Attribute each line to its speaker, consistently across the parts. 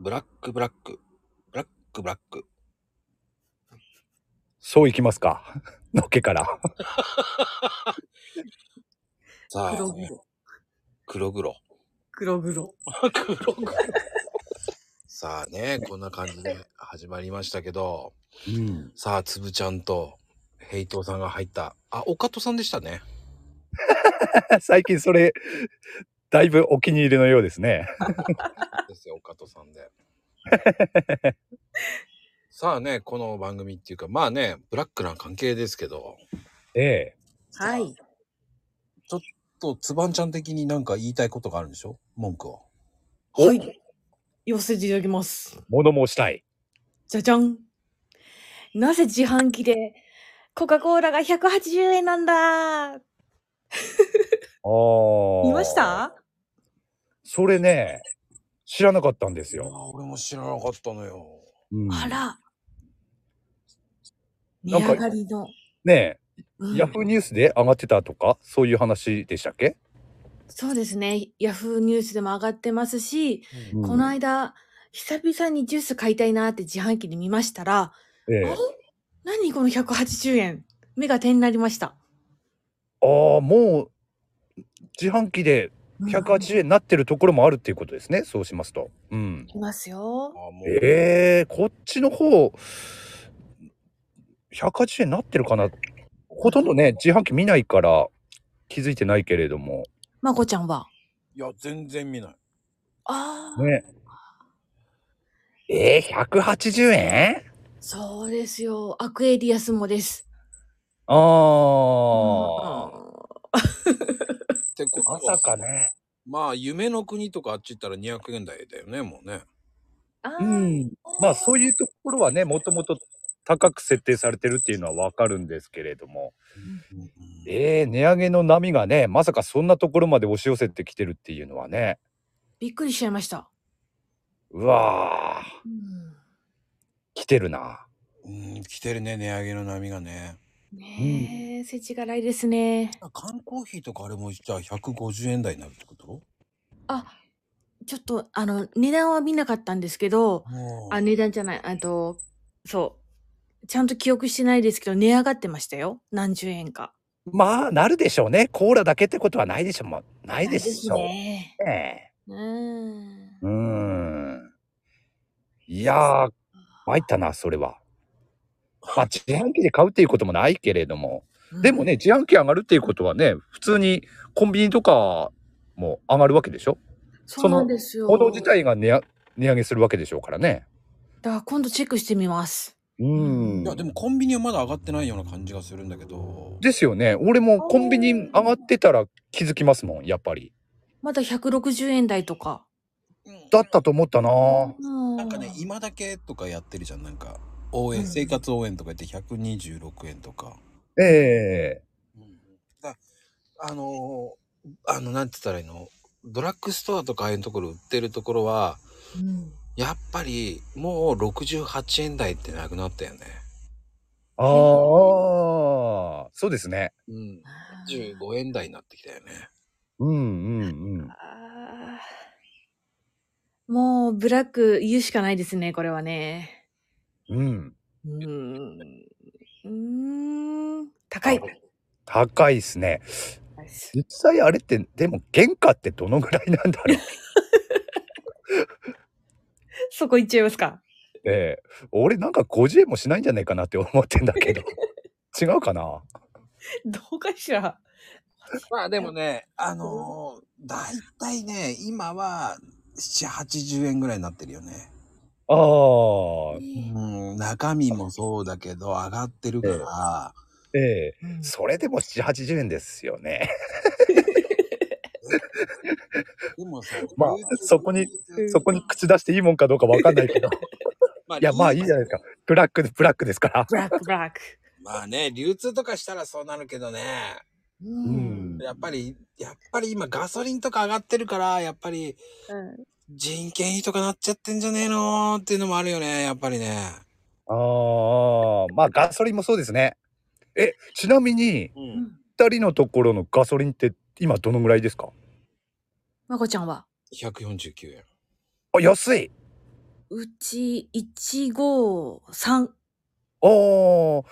Speaker 1: ブラックブラック。ブラックブラック。
Speaker 2: そういきますか。 のっけから。
Speaker 1: さあ、
Speaker 3: 黒黒。
Speaker 1: 黒黒。
Speaker 3: 黒黒。
Speaker 1: 黒黒。さあね、こんな感じで始まりましたけど、
Speaker 2: うん。
Speaker 1: さあ、つぶちゃんと、ヘイトさんが入った。あ、岡戸さんでしたね。
Speaker 2: 最近それ、だいぶお気に入りのようですね。
Speaker 1: ですよ、岡戸さん で。さあね、この番組っていうか、まあね、ブラックな関係ですけど、
Speaker 2: ええ。
Speaker 3: はい。
Speaker 1: と、つばんちゃん的になんか言いたいことがあるんでしょ文句を。
Speaker 2: お
Speaker 3: はい。寄せていただきます。
Speaker 2: 物申したい。
Speaker 3: じゃじゃん。なぜ自販機でコカ・コーラが180円なんだ
Speaker 2: ああ。
Speaker 3: 見ました
Speaker 2: それね、知らなかったんです
Speaker 1: いや、
Speaker 2: よ。
Speaker 1: 俺も知らなかったのよ。
Speaker 2: うん
Speaker 3: あら。
Speaker 2: な
Speaker 3: 値
Speaker 2: んか
Speaker 3: 上がりの。
Speaker 2: ね
Speaker 3: う
Speaker 2: え、
Speaker 3: ん
Speaker 2: ヤフーニュースで上がってたとか、そういう話でしたっけ、
Speaker 3: そうですね。ヤフーニュースでも上がってますし、
Speaker 2: うん
Speaker 3: この間、久々にジュース買いたいなって自販機で見ましたら、
Speaker 2: ええ
Speaker 3: あれ何この180円目が点になりました。
Speaker 2: ああ、もう、自販機で
Speaker 3: うん
Speaker 2: 180円になってるところもあるっていうことですね。そうしますと。うん。
Speaker 3: いますよ。
Speaker 1: あもう
Speaker 2: ええこっちの方、180円になってるかなほとんどね、自販機見ないから気づいてないけれども。
Speaker 3: まこちゃんは。
Speaker 1: いや、全然見ない。
Speaker 3: ああ、
Speaker 2: ね。ええ180円
Speaker 3: そうですよ。アクエリアスもです。
Speaker 2: ああ、
Speaker 1: ってこと
Speaker 2: ま
Speaker 1: は
Speaker 2: さか。ね。
Speaker 1: まあ、夢の国とかあっち行ったら200円台だよね、もうね。
Speaker 3: あ
Speaker 2: う
Speaker 3: ー
Speaker 2: ん。まあそういうところはね、もともと高く設定されてるっていうのはわかるんですけれども。ええ値上げの波がね、まさかそんなところまで押し寄せてきてるっていうのはね。
Speaker 3: びっくりしちゃいました。
Speaker 2: うわー、
Speaker 3: うん
Speaker 2: 来てるな。
Speaker 1: うん、来てるね、値上げの波がね。
Speaker 3: ねえ、世知辛いですね。
Speaker 1: 缶コーヒーとかあれもじゃあ150円台になるってこと
Speaker 3: あ、ちょっと、あの、値段は見なかったんですけど、あ、値段じゃない、あと、そう。ちゃんと記憶してないですけど、値上がってましたよ。何十円か。
Speaker 2: まあ、なるでしょうね。コーラだけってことはないでしょう。もうないでしょう。
Speaker 3: ね。
Speaker 2: ね
Speaker 3: うーん。
Speaker 2: うーん。いやー、参ったな、それは。まあ、自販機で買うっていうこともないけれども。でもね、自販機上がるっていうことはね、普通にコンビニとかも上がるわけでしょ
Speaker 3: そうなんですよ。
Speaker 2: 行動自体が値上値上げするわけでしょうからね。
Speaker 3: だから今度チェックしてみます。
Speaker 2: う
Speaker 3: う
Speaker 1: い
Speaker 3: ん
Speaker 1: や、でもコンビニはまだ上がってないような感じがするんだけど。
Speaker 2: ですよね。俺もコンビニ上がってたら気づきますもん、やっぱり。
Speaker 3: まだ160円台とか。
Speaker 1: うん
Speaker 2: だったと思ったなぁ。
Speaker 3: な
Speaker 1: なんかね、今だけとかやってるじゃん、なんか。応援、
Speaker 3: うん
Speaker 1: 生活応援とか言って126円とか。
Speaker 2: ええ
Speaker 1: だあのーあの、なんて言ったらいいのドラッグストアとかああいうところ売ってるところは、
Speaker 3: うん、
Speaker 1: やっぱりもう68円台ってなくなったよね。
Speaker 2: ああ、そうですね。
Speaker 1: うん。15円台になってきたよね。
Speaker 2: うんうんうん。
Speaker 3: あーもうブラック言うしかないですね、これはね。
Speaker 2: うん。
Speaker 3: うーん。うーん。高い。
Speaker 2: 高いですね。実際あれって、でも原価ってどのぐらいなんだろう。
Speaker 3: そこ行っちゃいますか。
Speaker 2: ええ 俺なんか50円もしないんじゃないかなって思ってんだ けど。違うかな
Speaker 3: どうかしら。
Speaker 1: まあでもね、あのー、だいたいね、今は7、80円ぐらいになってるよね。
Speaker 2: ああ、
Speaker 1: うん、中身もそうだけど、上がってるから、
Speaker 2: ええ
Speaker 3: うん
Speaker 2: それでも7、80円ですよね。
Speaker 1: でもさ、
Speaker 2: まあ
Speaker 1: 流通
Speaker 2: そこに、
Speaker 3: うん
Speaker 2: そこに口出していいもんかどうかわかんない けど。
Speaker 1: まあ
Speaker 2: いや、まあいいじゃないですか。ブラック、ブラックですから。
Speaker 3: ブラック、ブラック。
Speaker 1: まあね、流通とかしたらそうなるけどね。
Speaker 3: う
Speaker 2: うん
Speaker 1: やっぱり、やっぱり今ガソリンとか上がってるから、やっぱり
Speaker 3: うん
Speaker 1: 人件費とかなっちゃってんじゃねえのーっていうのもあるよね、やっぱりね。
Speaker 2: ああ、まあガソリンもそうですね。え、ちなみに、
Speaker 1: う。
Speaker 3: うんん
Speaker 2: 二人のところのガソリンって今どのぐらいですか
Speaker 3: まこちゃんは
Speaker 1: 149円。
Speaker 2: あ、安い。
Speaker 3: うち153。
Speaker 2: ああ、こ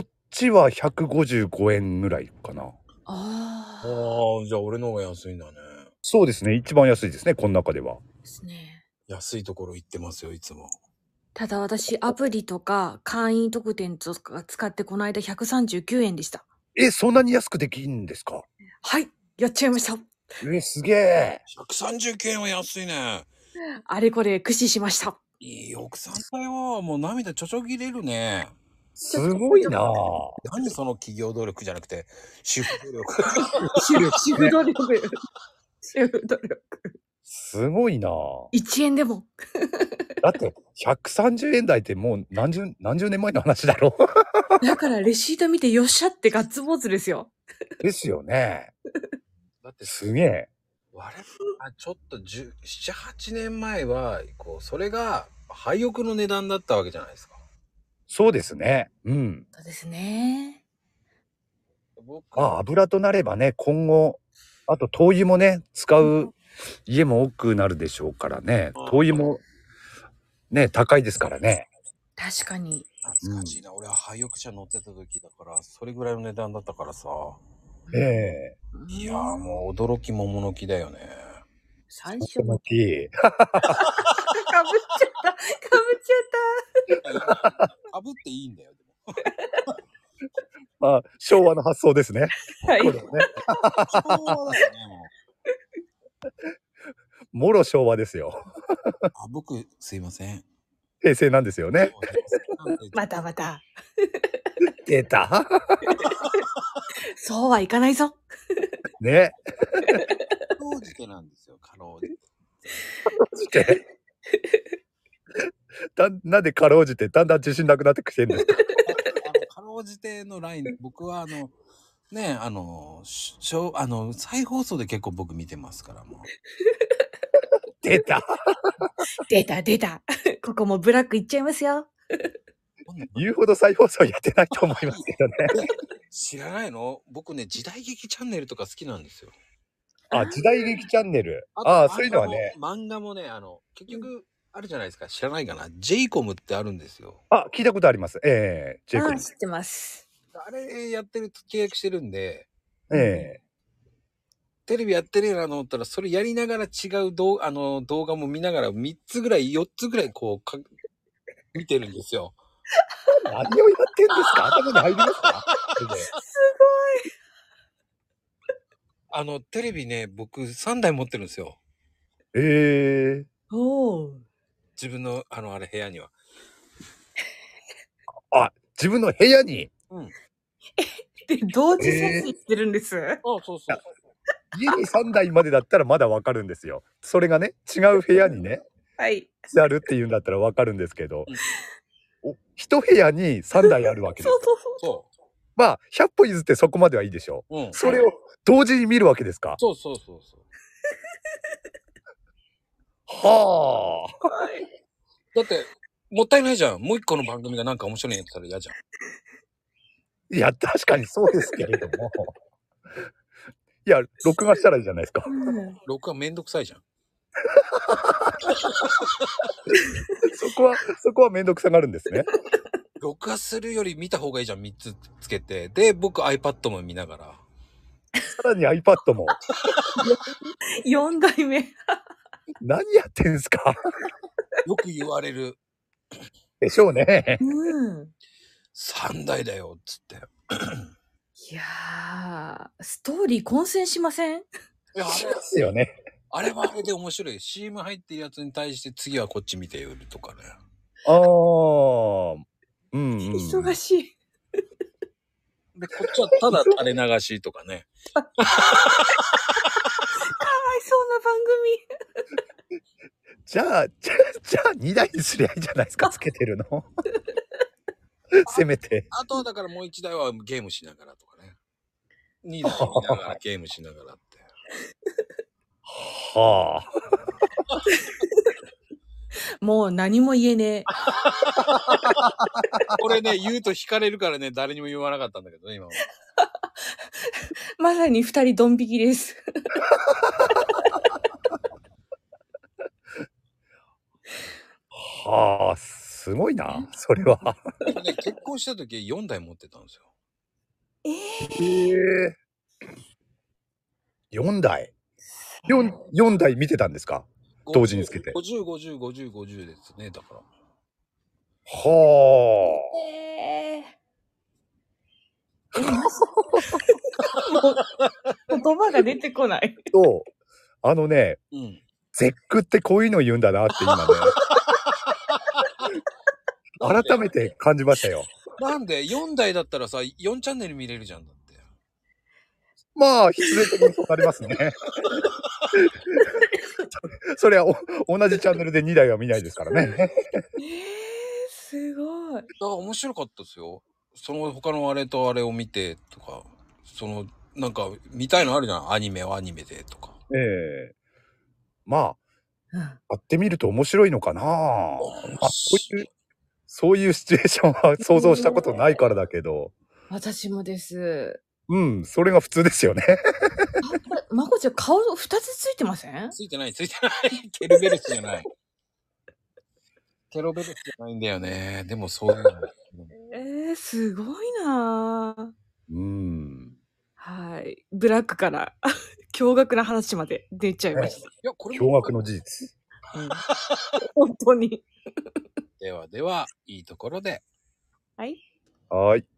Speaker 2: っちは155円ぐらいかな。
Speaker 3: ああ。
Speaker 1: ああ、じゃあ俺の方が安いんだね。
Speaker 2: そうですね。一番安いですね。この中では。
Speaker 3: ですね。
Speaker 1: 安いところ行ってますよ、いつも。
Speaker 3: ただ私、アプリとか会員特典とか使ってこの間139円でした。
Speaker 2: え、そんなに安くできんですか
Speaker 3: はい。やっちゃいました。
Speaker 2: え、すげえ。
Speaker 1: 139円は安いね。
Speaker 3: あれこれ駆使しました。
Speaker 1: いい奥さんだよ。もう涙ちょちょぎれるね。
Speaker 2: すごいなあ
Speaker 1: 何その企業努力じゃなくて、主婦努力。
Speaker 3: 主主婦努力。主婦努力。
Speaker 2: すごいなあ
Speaker 3: 1円でも。
Speaker 2: だって、130円台ってもう何十、何十年前の話だろ
Speaker 3: だからレシート見てよっしゃってガッツポーズですよ。
Speaker 2: ですよね。
Speaker 1: だって
Speaker 2: すげえ。
Speaker 1: 我々はちょっと10 7、8年前は、こう、それが廃屋の値段だったわけじゃないですか。
Speaker 2: そうですね。うん。
Speaker 3: そうですね。
Speaker 1: 僕
Speaker 2: まあ、油となればね、今後、あと灯油もね、使う家も多くなるでしょうからね。灯油も、ね、高いですからね。
Speaker 3: 確かに。
Speaker 1: 懐かしいな。俺は廃屋車乗ってた時だから、それぐらいの値段だったからさ。
Speaker 2: ええ
Speaker 1: いやーもう驚き桃の木だよね。
Speaker 3: 最
Speaker 2: そ
Speaker 3: 初
Speaker 2: の
Speaker 3: も。
Speaker 2: 木
Speaker 3: かぶっちゃった。かぶっちゃった。
Speaker 1: かぶっていいんだよ。でも
Speaker 2: まあ、昭和の発想ですね。
Speaker 3: はい
Speaker 2: これもね。
Speaker 1: 昭和だよね、も
Speaker 2: もろ昭和ですよ。
Speaker 1: う。あ、僕、すいません。
Speaker 2: 平成なんですよね。
Speaker 3: またまた。
Speaker 2: 出た。
Speaker 3: そうはいかないぞ。
Speaker 2: ね。
Speaker 1: かろうじてなんですよ、かろうじて。
Speaker 2: して。だなんでかろうじてだんだん自信なくなってきてるんですか
Speaker 1: あのかろうじてのライン、僕はあの、ねあの、ししょうあの、再放送で結構僕見てますから、もう。
Speaker 2: 出た
Speaker 3: 出た出た。ここもブラックいっちゃいますよ。
Speaker 2: 言うほど再放送やってないと思いますけどね
Speaker 1: 知らないの僕ね、時代劇チャンネルとか好きなんですよ。
Speaker 2: あ時代劇チャンネル
Speaker 1: と
Speaker 2: ああそういうのはね。
Speaker 1: 漫画も漫画もね、あの、結局、あるじゃないですか。知らないかな。ジェイコムってあるんですよ。
Speaker 2: あ聞いたことありますええジェイコ
Speaker 3: あ
Speaker 2: ブ
Speaker 3: 知ってます。
Speaker 1: あれやってると契約してるんで、
Speaker 2: ええ
Speaker 1: テレビやってるよなと思ったら、それやりながら違う動あの動画も見ながら、3つぐらい、4つぐらい、こうか、見てるんですよ。
Speaker 2: 何をやってんですか頭に入りますかそれです
Speaker 1: あの、テレビね、僕3台持ってるんですよ。
Speaker 2: ええ
Speaker 3: おお。
Speaker 1: 自分の、あの、あれ、部屋には。
Speaker 2: 自分の部屋に
Speaker 3: で、同時接種してるんです。
Speaker 1: あそうそう。
Speaker 2: 家に3台までだったらまだわかるんですよそれがね違う部屋にね
Speaker 3: はい。
Speaker 2: あるっていうんだったらわかるんですけど、お一部屋に3台あるわけです
Speaker 3: そうそうそう。
Speaker 1: そ
Speaker 2: まあ100歩譲ってそこまではいいでしょう
Speaker 1: う。うん。
Speaker 2: それを同時に見るわけですか
Speaker 1: そうそうそうそう。
Speaker 2: はあ
Speaker 1: だって、もったいないじゃん。もう一個の番組がなんか面白いのやってたら嫌じゃん。
Speaker 2: いや確かにそうですけれど もいや録画したらいいじゃないですか
Speaker 3: うん
Speaker 1: 録画めんどくさいじゃん。
Speaker 2: そこはそこは面倒くさがるんですね
Speaker 1: 録画するより見た方がいいじゃん。3つつけて。で、僕 iPad も見ながら。
Speaker 2: さらに iPad も
Speaker 3: 四代目。
Speaker 2: 何やってんすか
Speaker 1: よく言われる。
Speaker 2: でしょうね
Speaker 3: うん。
Speaker 1: 3台だよ、つって。
Speaker 3: いやー、ストーリー混戦しません
Speaker 1: いやあ
Speaker 2: し
Speaker 1: れ
Speaker 2: ますよね
Speaker 1: あれはあれで面白い。CM 入ってるやつに対して次はこっち見てよるとかね。
Speaker 2: ああうん、うん、
Speaker 3: 忙しい。
Speaker 1: で、こっちはただ垂れ流しとかね。
Speaker 3: かわいそうな番組。
Speaker 2: じゃあじゃあじゃあ2台にすりゃいいじゃないですかつけてるのせめて
Speaker 1: あとはだからもう一台はゲームしながらとかね。二台見ながらゲームしながらって。
Speaker 2: はあ
Speaker 3: もう何も言えねえ。
Speaker 1: これね、言うと惹かれるからね、誰にも言わなかったんだけどね、今は。
Speaker 3: まさに二人ドン引きです。
Speaker 2: はあ、すごいな、それは。
Speaker 1: でもね、結婚した時4台持ってたんですよ。
Speaker 3: え
Speaker 2: ええ4台。4、四台見てたんですか同時につけて
Speaker 1: 50、50、50、50ですね、だから。
Speaker 2: は
Speaker 3: えええ、 まさもう言葉が出てこない。
Speaker 2: あ。と、あのね、
Speaker 1: うん。
Speaker 2: 絶句ってこういうの言うんだなって 今ね、改めて感じましたよ。
Speaker 1: なんで4台だったらさ、4チャンネル見れるじゃんだって。
Speaker 2: まあ、必然的にそうなり ますね。それはお同じチャンネルで2台は見ないですからね。
Speaker 3: ええすごい。
Speaker 1: だから面白かったですよ。その他のあれとあれを見てとか、そのなんか見たいのあるじゃん。アニメはアニメでとか。
Speaker 2: ええまあ、やってみると面白いのかな。あそういう、そういうシチュエーションは想像したことないからだけど、
Speaker 3: 私もです。
Speaker 2: うん、それが普通ですよね。
Speaker 3: まこちゃん、顔二つついてません
Speaker 1: ついてない、ついてない。 ケルベルスじゃない。ケロベルスじゃないんだよね。でもそういうの。
Speaker 3: ええすごいなぁ
Speaker 2: うん。
Speaker 3: はい。ブラックから 驚愕な話まで出ちゃいました。
Speaker 1: いや、これも
Speaker 2: 驚愕の事実。
Speaker 3: 本当に。
Speaker 1: ではでは、いいところで。
Speaker 3: はい。
Speaker 2: はーい。